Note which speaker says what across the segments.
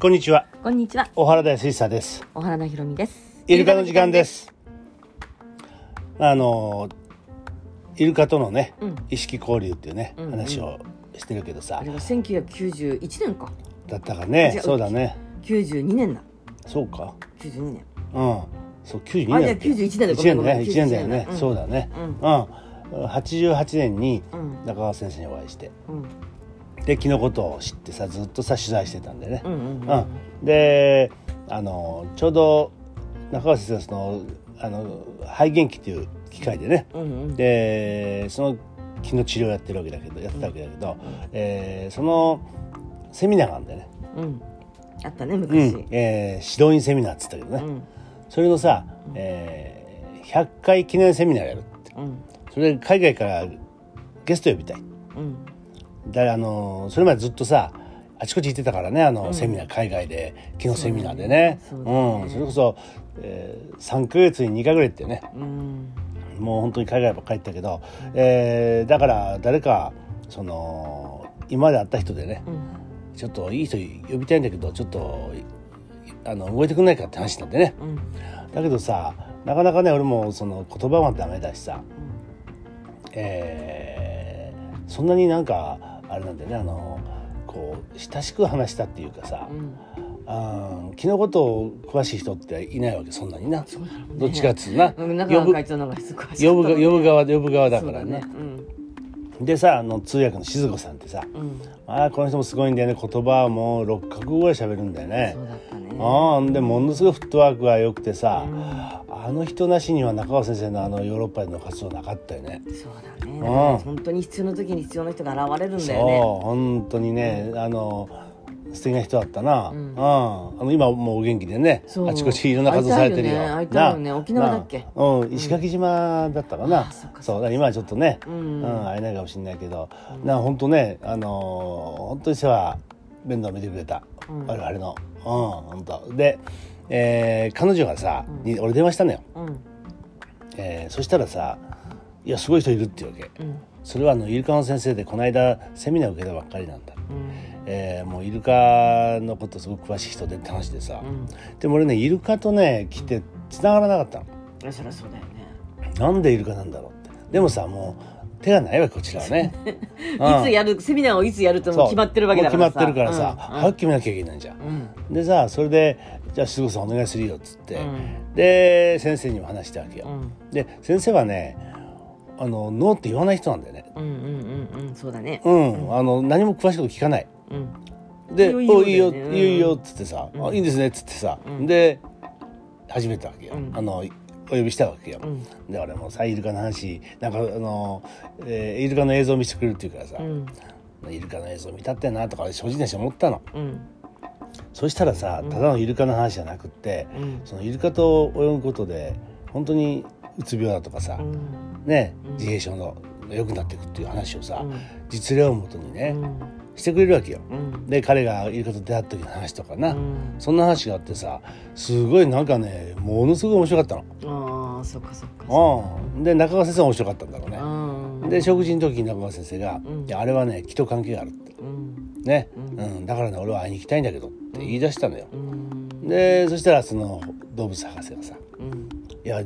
Speaker 1: こんにちは
Speaker 2: こんにちは、
Speaker 1: 小原大水産です
Speaker 2: 小原田ひろみです。
Speaker 1: イルカの時間で。すあのイルカとのね、
Speaker 2: うん
Speaker 1: 意識交流っていうね
Speaker 2: うんうん
Speaker 1: 話をしてるけどさ、
Speaker 2: あれは1991年か、
Speaker 1: だったかね
Speaker 2: じゃあ
Speaker 1: そうだね
Speaker 2: 92年だ、
Speaker 1: そうか
Speaker 2: 92年。
Speaker 1: うんそう92年
Speaker 2: あじ
Speaker 1: だ
Speaker 2: ゃあ
Speaker 1: っけ
Speaker 2: 91年だ
Speaker 1: 1年だね
Speaker 2: 91
Speaker 1: 1年だよね、
Speaker 2: うん
Speaker 1: そうだね
Speaker 2: うん
Speaker 1: うん88年に
Speaker 2: うん
Speaker 1: 中川先生にお会いして
Speaker 2: うん
Speaker 1: で木のことを知ってさずっとさ取材してたんだよね、
Speaker 2: うんうんうん
Speaker 1: うん、であのちょうど中川先生はそのあの肺元気っていう機械でね
Speaker 2: うんうん。
Speaker 1: でその気の治療をやってるわけだけどやってたわけだけど、えーそのセミナーがあるんだよね、
Speaker 2: うんあったね
Speaker 1: う
Speaker 2: 昔。
Speaker 1: んえー指導員セミナーっつったけどね、
Speaker 2: うん
Speaker 1: それのさ、えー100回記念セミナーやるって
Speaker 2: うん
Speaker 1: それで海外からゲスト呼びたい
Speaker 2: うん
Speaker 1: だからあのそれまでずっとさあちこち行ってたからねあの、セミナー海外で昨日セミナーでね
Speaker 2: そううだね
Speaker 1: ん、それこそ、え3ヶ月に2回ぐらいってね
Speaker 2: うん
Speaker 1: もう本当に海外ばっかり行ったけど、えーだから誰かその今まで会った人でね
Speaker 2: うん
Speaker 1: ちょっといい人呼びたいんだけどちょっとあの動いてくんないかって話になってね
Speaker 2: うん
Speaker 1: だけどさなかなかね俺もその言葉はダメだしさ、えーそんなになんかあれなんだよねあのこう親しく話したっていうかさ、
Speaker 2: うん。
Speaker 1: あー気のことを詳しい人っていないわけそんなになどっちかっつうな
Speaker 2: うん
Speaker 1: 呼
Speaker 2: 中
Speaker 1: ぶ
Speaker 2: 川会長の方がすごい詳し
Speaker 1: 呼ぶ
Speaker 2: かった
Speaker 1: が呼ぶ側呼ぶ側だからね
Speaker 2: そうだうん
Speaker 1: でさあの通訳の静子さんってさ、
Speaker 2: うん
Speaker 1: ああこの人もすごいんだよね言葉はもう6カ国ぐらい喋るんだよね
Speaker 2: そうだったね。
Speaker 1: ああでものすごいフットワークが良くてさ、あの人なしには中川先生のあのヨーロッパでの活動なかったよね。
Speaker 2: そうだね。だから本当に必要な時に必要な人が現れるんだよね。
Speaker 1: そう本当にね、あの素敵な人だったな、うんんあの今もうお元気でね
Speaker 2: そう
Speaker 1: あちこちいろんな活動されてるよ
Speaker 2: 会いたいよね会いたいよね
Speaker 1: な
Speaker 2: 沖縄だっけ
Speaker 1: なうん、石垣島だったかな、
Speaker 2: あそっか
Speaker 1: そうだから今はちょっとね、
Speaker 2: う
Speaker 1: うんん会えないかもしれないけど、な本当ねあのー本当に世話面倒見てくれた、
Speaker 2: うん
Speaker 1: 我々のうん本当で、えー彼女がさ、に俺電話したのよ、
Speaker 2: うん
Speaker 1: えーそしたらさ「いやすごい人いる」っていうわけ、
Speaker 2: うん
Speaker 1: それはあのイルカの先生でこの間セミナー受けたばっかりなんだ、
Speaker 2: うん
Speaker 1: えーもうイルカのことすごく詳しい人でって話でさ、
Speaker 2: うん。
Speaker 1: でも俺ねイルカとね来て繋がらなかったの
Speaker 2: いやそりゃそうだよね。
Speaker 1: なんでイルカなんだろうってでもさもう手がないわけこちらは ね
Speaker 2: いつやるセミナーをいつやるともう決まってるわけだから
Speaker 1: もう決まってるからさ、
Speaker 2: うん
Speaker 1: 早く決めなきゃいけないじゃん、
Speaker 2: うん
Speaker 1: でさそれで「じゃあすぐさんお願いするよ」っつって、
Speaker 2: うん
Speaker 1: で先生にも話したわけよ、
Speaker 2: うん
Speaker 1: で先生はねあのノーって言わない人なんだよね
Speaker 2: うんうんうんうんそうだね。
Speaker 1: うん、あの何も詳しいこと聞かない
Speaker 2: うん
Speaker 1: で「
Speaker 2: いいよ
Speaker 1: おい
Speaker 2: いい
Speaker 1: い
Speaker 2: よ
Speaker 1: よ
Speaker 2: だ
Speaker 1: いい
Speaker 2: よ
Speaker 1: よ
Speaker 2: ね
Speaker 1: いいよ」っつってさ「あいいんですね」っつってさ、で始めたわけよ、あのお呼びしたわけよ、で俺もさイルカの話なんかあの、えーイルカの映像を見せてくれるっていうからさ、
Speaker 2: うん
Speaker 1: イルカの映像見たってなとか正直な人思ったの
Speaker 2: うん
Speaker 1: そしたらさただのイルカの話じゃなくって、
Speaker 2: うん
Speaker 1: そのイルカと泳ぐことで本当にうつ病だとかさ、
Speaker 2: うん
Speaker 1: ね、自閉症の良くなっていくっていう話をさ、
Speaker 2: うん
Speaker 1: 実例をもとにね、
Speaker 2: うん
Speaker 1: してくれるわけよ。
Speaker 2: うん
Speaker 1: で彼がイルカと出会った時の話とかな、
Speaker 2: うん
Speaker 1: そんな話があってさすごいなんかねものすごい面白かった
Speaker 2: ああそっかそっか。
Speaker 1: の。うん、で中川先生は面白かったんだろうね。
Speaker 2: うん
Speaker 1: で食事の時に中川先生が「
Speaker 2: うん
Speaker 1: いやあれはね気と関係がある」って
Speaker 2: うん
Speaker 1: ね、
Speaker 2: う
Speaker 1: うんんだからね俺は会いに行きたいんだけど」って言い出したのよ。
Speaker 2: うん
Speaker 1: でそしたらその動物博士がさ「
Speaker 2: うん
Speaker 1: いや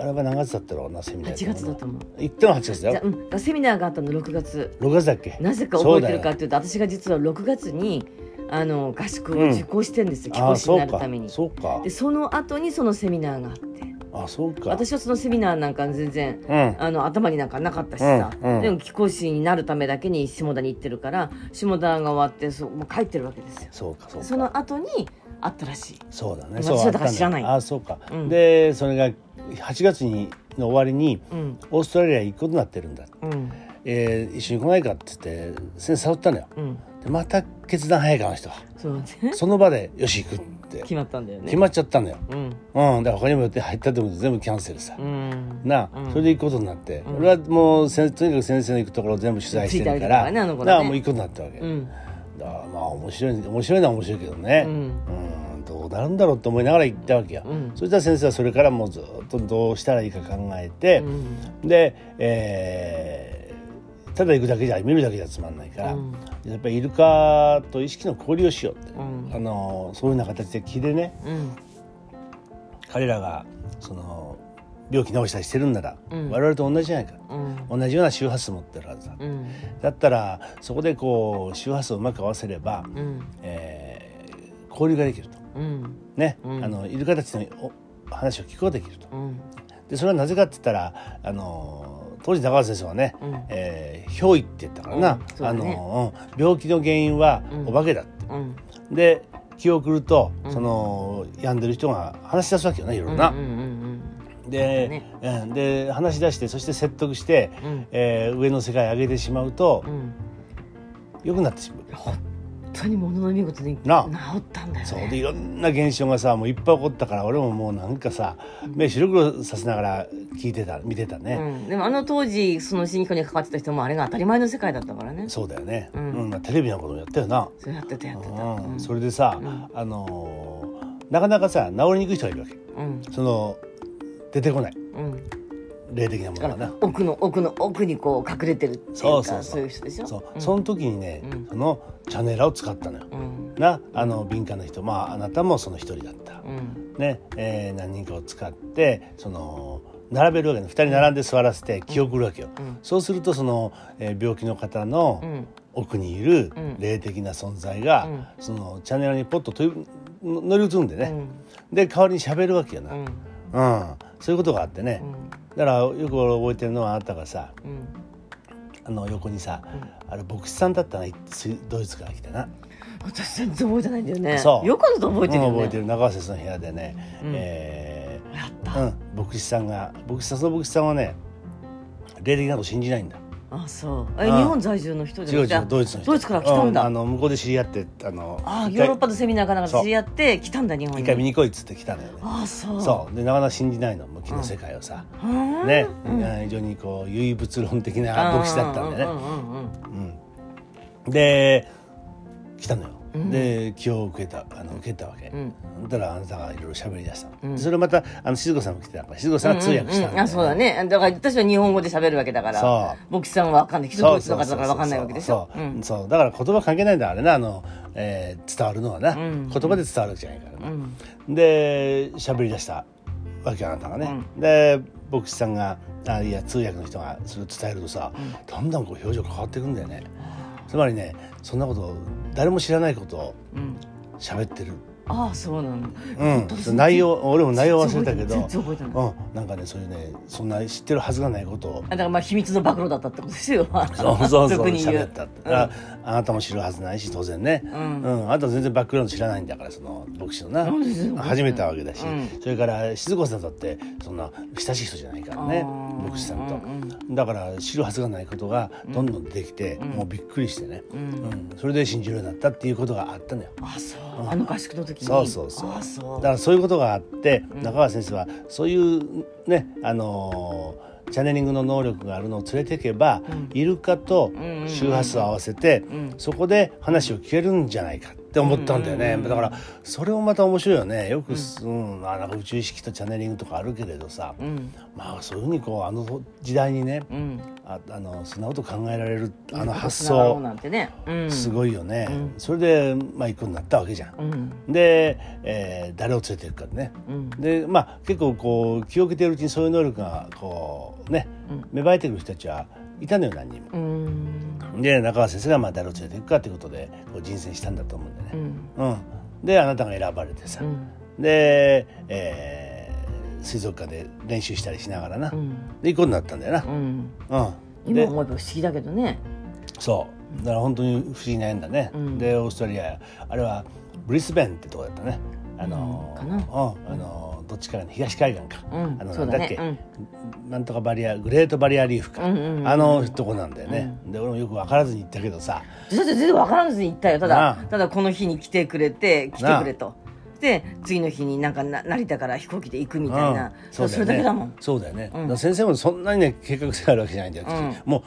Speaker 1: あれは何月だったろうなセミナー」
Speaker 2: 8月だと思う。
Speaker 1: 行ったの8月だ
Speaker 2: じゃ
Speaker 1: よ
Speaker 2: あ、うん、だからセミナーがあったの6月。
Speaker 1: 6月だっけ
Speaker 2: なぜか覚えてる
Speaker 1: そうだ
Speaker 2: か
Speaker 1: よ
Speaker 2: っていうと私が実は6月にあの合宿を受講してんですよ、
Speaker 1: あ
Speaker 2: 貴公子になるために。
Speaker 1: そうか
Speaker 2: でその後にそのセミナーがあって
Speaker 1: あそうか
Speaker 2: 私はそのセミナーなんか全然
Speaker 1: うん
Speaker 2: あの頭になんかなかったしさ、
Speaker 1: うんうん
Speaker 2: でも貴公子になるためだけに下田に行ってるから下田が終わってそうもう帰ってるわけですよ
Speaker 1: そうかそうか
Speaker 2: その後にあったらしい
Speaker 1: そうだね。
Speaker 2: 私
Speaker 1: そう
Speaker 2: はだ
Speaker 1: あ
Speaker 2: から
Speaker 1: ったん
Speaker 2: 知らない
Speaker 1: あ、そうか。
Speaker 2: うん
Speaker 1: で、それが8月にの終わりに
Speaker 2: うん
Speaker 1: オーストラリア行くことになってるんだ。
Speaker 2: うん
Speaker 1: えー一緒に来ないかって言って先生誘ったのよ。
Speaker 2: うん
Speaker 1: で、また決断早いかあの人は。
Speaker 2: そう ね
Speaker 1: その場でよし行くって
Speaker 2: 決まったんだよね
Speaker 1: 決まっちゃったのよ。
Speaker 2: うん
Speaker 1: うん。だから他にも予定入ったってことで全部キャンセルさ
Speaker 2: う。ん
Speaker 1: なあ、
Speaker 2: うん
Speaker 1: それで行くことになって、俺はもうせとにかく先生の行くところを全部取材してるから
Speaker 2: ついて歩いてたからねあの子ね
Speaker 1: だからもう行くことになったわけ、
Speaker 2: うん
Speaker 1: だからまあ面白い面白いのは面白いけどね、
Speaker 2: うん
Speaker 1: うんどうなるんだろうと思いながら行ったわけよ、
Speaker 2: うん
Speaker 1: そしたら先生はそれからもうずっとどうしたらいいか考えて
Speaker 2: う、ん
Speaker 1: で、えーただ行くだけじゃ見るだけじゃつまんないから、
Speaker 2: うん
Speaker 1: やっぱりイルカと意識の交流をしようって、
Speaker 2: うん
Speaker 1: あのそういうような形で木でね
Speaker 2: うん
Speaker 1: 彼らがその病気治したりしてるんなら、
Speaker 2: うん
Speaker 1: 我々と同じじゃないか
Speaker 2: うん
Speaker 1: 同じような周波数持ってるはずだ、
Speaker 2: うん
Speaker 1: だったらそこでこう周波数をうまく合わせれば、
Speaker 2: うん
Speaker 1: えー交流ができると
Speaker 2: うん
Speaker 1: ね、
Speaker 2: うん
Speaker 1: あのイルカたちのお話を聞くことができると
Speaker 2: うん
Speaker 1: でそれはなぜかって言ったらあの当時高橋先生はね、
Speaker 2: うん
Speaker 1: えー憑依って言ったからな、
Speaker 2: うんそうだ
Speaker 1: あ
Speaker 2: ね
Speaker 1: のうん病気の原因は
Speaker 2: うん
Speaker 1: お化けだって、
Speaker 2: うん
Speaker 1: で気を送ると、
Speaker 2: うん
Speaker 1: その病んでる人が話し出すわけよねいろいろな。
Speaker 2: うんうん
Speaker 1: で,、うんで話し出してそして説得して、
Speaker 2: うん
Speaker 1: えー上の世界へ上げてしまうと
Speaker 2: うんう、ん
Speaker 1: 良くなってしまう。
Speaker 2: 本当に物の見事に治
Speaker 1: な
Speaker 2: ったんだよね
Speaker 1: そうでいろんな現象がさもういっぱい起こったから俺ももうなんかさ目白黒させながら聞いてた見てた
Speaker 2: う
Speaker 1: ね、
Speaker 2: ん、でもあの当時その新規にかかってた人もあれが当たり前の世界だったからねそ
Speaker 1: そうだよね、
Speaker 2: うん
Speaker 1: うんまあ、テレビのこともやったよな、
Speaker 2: うやってたやってた
Speaker 1: うん
Speaker 2: うん
Speaker 1: それでさ、
Speaker 2: うん
Speaker 1: あのーなかなかさ治りにくい人がいるわけ
Speaker 2: うん
Speaker 1: その出てこない
Speaker 2: うん
Speaker 1: 霊的なも
Speaker 2: だか
Speaker 1: のが
Speaker 2: ら
Speaker 1: な。
Speaker 2: 奥の奥の奥にこう隠れてるっていうか
Speaker 1: そうそうそう
Speaker 2: いう人でしょ
Speaker 1: そう、
Speaker 2: うん、
Speaker 1: その時にね、
Speaker 2: うん
Speaker 1: そのチャネラを使ったのよ。
Speaker 2: うん
Speaker 1: なあの敏感な人まああなたもその一人だった
Speaker 2: う、ん
Speaker 1: ねえー何人かを使ってその並べるわけね2人並んで座らせて気を送るわけよ、
Speaker 2: うん
Speaker 1: そうするとその、えー病気の方
Speaker 2: う
Speaker 1: の
Speaker 2: ん
Speaker 1: 奥にいる
Speaker 2: うん
Speaker 1: 霊的な存在が、
Speaker 2: うん
Speaker 1: そのチャンネルにポッと飛びの乗り移るんで
Speaker 2: う
Speaker 1: ね、
Speaker 2: ん
Speaker 1: で代わりに喋るわけよな、
Speaker 2: う
Speaker 1: うん
Speaker 2: ん
Speaker 1: そういうことがあってね、だからよく俺覚えてるのはあなたがさ
Speaker 2: うん
Speaker 1: あの横にさ、あれ牧師さんだったなスイドイツから来たな。
Speaker 2: 私全然覚えてないんだよね
Speaker 1: そう
Speaker 2: よくあると覚えてるよね、
Speaker 1: うん覚えてる中瀬さんの部屋でね、
Speaker 2: うん
Speaker 1: え
Speaker 2: やった
Speaker 1: ーうん、牧師さんが牧師さんその牧師さんはね霊的なこと信じないんだ
Speaker 2: あそうえ日
Speaker 1: うん
Speaker 2: 本在住の人じ
Speaker 1: 違
Speaker 2: ゃ
Speaker 1: う
Speaker 2: なくて
Speaker 1: 違うドイツの人
Speaker 2: ドイツから来たんだ、
Speaker 1: うあの向こうで知り合ってあの
Speaker 2: ああ
Speaker 1: 一
Speaker 2: ヨ
Speaker 1: 回
Speaker 2: ーロッパのセミナーかなんかで知り合って来たんだ日本に
Speaker 1: 一回見に来いっつって来たのよね
Speaker 2: ああそう
Speaker 1: そうでなかなか信じないの向きの世界をさ、
Speaker 2: うーん
Speaker 1: ね、うん非常にこう唯物論的な牧師だったんだよね、
Speaker 2: ね
Speaker 1: うん、で来たのよ、
Speaker 2: うん
Speaker 1: で気を受けたあの受けたわけ、
Speaker 2: うん
Speaker 1: そしたらあなたがいろいろ喋り出したの、
Speaker 2: うん
Speaker 1: それまたあの静子さんも来てたから静子さんが通訳したんだよ、
Speaker 2: うんうんあそうだねだから私は日本語で喋るわけだから
Speaker 1: そう
Speaker 2: 牧師さんは分かんない人ドイツの方だから分かんないわけでしょ
Speaker 1: そうそうそうそうだから言葉関係ないんだあれなあの、えー伝わるのはな、
Speaker 2: うん
Speaker 1: 言葉で伝わるわけじゃないから
Speaker 2: う
Speaker 1: な、
Speaker 2: ん
Speaker 1: で喋り出したわけあなたがね、で牧師さんがあいや通訳の人がそれを伝えるとさ、だんだんこう表情変わってくんだよねつまりねそんなこと誰も知らないことを
Speaker 2: うん
Speaker 1: 喋ってる、
Speaker 2: ああそうなんだ
Speaker 1: うん
Speaker 2: 当だ、
Speaker 1: 内容俺も内容忘れたけ
Speaker 2: 全
Speaker 1: ど
Speaker 2: 然覚えてない
Speaker 1: うん、なんかねそういうねそんな知ってるはずがないことを
Speaker 2: あだからまあ秘密の暴露だったってことですよ
Speaker 1: そうそうそう
Speaker 2: 俗に言
Speaker 1: 喋
Speaker 2: う
Speaker 1: ったって、ああなたも知るはずないし当然ね、
Speaker 2: うん
Speaker 1: あなた全然バックグラウンド知らないんだからその牧師のな
Speaker 2: なんで全然
Speaker 1: 初めてわけだし、
Speaker 2: う
Speaker 1: それから静子さんだってそんな親しい人じゃないからね
Speaker 2: あー
Speaker 1: 牧師さんと、
Speaker 2: うん
Speaker 1: だから知るはずがないことがどんどん出てきて、もうびっくりしてね、
Speaker 2: う
Speaker 1: うんんそれで信じるようになったっていうことがあったのよ。
Speaker 2: あそうあの合宿の時に
Speaker 1: そうそうそう
Speaker 2: あそう
Speaker 1: だからそういうことがあって中川先生はそういうねあのーチャネリングの能力があるのを連れていけば、イルカと周波数を合わせて、そこで話を聞けるんじゃないかって思ったんだよね、だからそれもまた面白いよねよく、うんあなんか宇宙意識とチャネリングとかあるけれどさ、
Speaker 2: うん
Speaker 1: まあそういうふうにこうあの時代にね、
Speaker 2: うん
Speaker 1: ああのそんなこと考えられるあの発
Speaker 2: 繋がろう
Speaker 1: 想
Speaker 2: なんてねうん
Speaker 1: すごいよね、それで、まあ、一個になったわけじゃん。
Speaker 2: うん
Speaker 1: で、えー誰を連れていくかね、
Speaker 2: うん
Speaker 1: でまあ結構こう気を受けているうちにそういう能力がこうね、
Speaker 2: うん
Speaker 1: 芽生えてくる人たちはいたのよ何人も。
Speaker 2: うん
Speaker 1: で中川先生がまあ誰を連れていくかということでこう人選したんだと思うんで
Speaker 2: う
Speaker 1: ね。
Speaker 2: ん
Speaker 1: うんであなたが選ばれてさ、
Speaker 2: うん
Speaker 1: で、えー水族館で練習したりしながらな、
Speaker 2: うん
Speaker 1: で行くことになったんだよ
Speaker 2: うん
Speaker 1: な。うん、
Speaker 2: 今
Speaker 1: で
Speaker 2: 思えば不思議だけどね
Speaker 1: そうだから本当に不思議な縁だね、
Speaker 2: うん
Speaker 1: でオーストラリアあれはブリスベンってとこだったねあのー
Speaker 2: うんかな
Speaker 1: うんあのーどっちからね東海岸か、
Speaker 2: うん
Speaker 1: あの
Speaker 2: そ
Speaker 1: な
Speaker 2: うん
Speaker 1: だ
Speaker 2: だね
Speaker 1: っけ、なんとかバリアグレートバリアリーフか、
Speaker 2: うんうんうん
Speaker 1: あのとこなんだよね、で俺もよく分からずに行ったけどさ
Speaker 2: だって全然分からずに行ったよた
Speaker 1: なあ
Speaker 2: だただこの日に来てくれて来てく
Speaker 1: なあ
Speaker 2: れとで次の日になんかな成田から飛行機で行くみたいな
Speaker 1: うん
Speaker 2: それだけだもん
Speaker 1: そうだよね、
Speaker 2: うん
Speaker 1: だから先生もそんなにね計画性あるわけじゃないんだよ、
Speaker 2: うん
Speaker 1: もう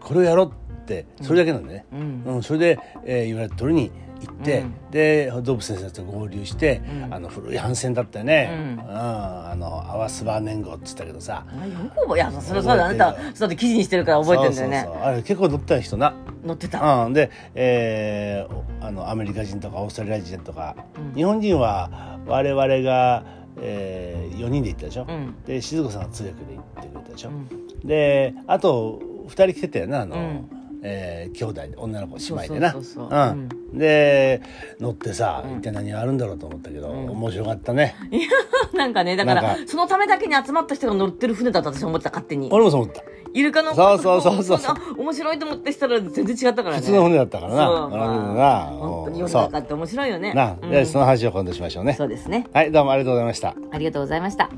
Speaker 1: これをやろうってそれだけなんでね、
Speaker 2: うん
Speaker 1: うん、それで、えー言われた通りに行って、
Speaker 2: うん
Speaker 1: で動物先生と合流して、
Speaker 2: うん
Speaker 1: あの古い帆船だったよね、
Speaker 2: うん
Speaker 1: あのアワスバー年号っつったけどさ
Speaker 2: あよく覚えいやそれそうだあなた
Speaker 1: 覚えてるよ
Speaker 2: そうだって記事にしてるから覚えてるんだよ
Speaker 1: そ
Speaker 2: ね
Speaker 1: うそうそうあれ結構乗った人な、
Speaker 2: 乗ってた
Speaker 1: うん、で、えーおあのアメリカ人とかオーストラリア人とか、
Speaker 2: うん
Speaker 1: 日本人は我々が、え4人で行ったでしょ、
Speaker 2: うん
Speaker 1: で静子さんが通訳で行ってくれたでしょ、
Speaker 2: うん
Speaker 1: であと2人来てたよなあの、
Speaker 2: うん
Speaker 1: えー兄弟で女の子姉妹でな
Speaker 2: そうそうそうそう
Speaker 1: うんで乗ってさ、
Speaker 2: うん
Speaker 1: 一体何があるんだろうと思ったけど、
Speaker 2: うん
Speaker 1: 面白かったね
Speaker 2: なんかねだから
Speaker 1: なん
Speaker 2: そのためだけに集まった人が乗ってる船だったと私は思ってた勝手に
Speaker 1: 俺もそう思った
Speaker 2: イルカの
Speaker 1: そうそうそうそう
Speaker 2: あ面白いと思ってしたら全然違ったからね
Speaker 1: 普通の船だったからな
Speaker 2: そう
Speaker 1: なるほど
Speaker 2: ま
Speaker 1: な
Speaker 2: あ本当に
Speaker 1: うん
Speaker 2: 世
Speaker 1: そう
Speaker 2: の中って面白いよね
Speaker 1: な、
Speaker 2: うん
Speaker 1: でその話を今度しましょうね
Speaker 2: そうですね
Speaker 1: はいどうもありがとうございました
Speaker 2: ありがとうございました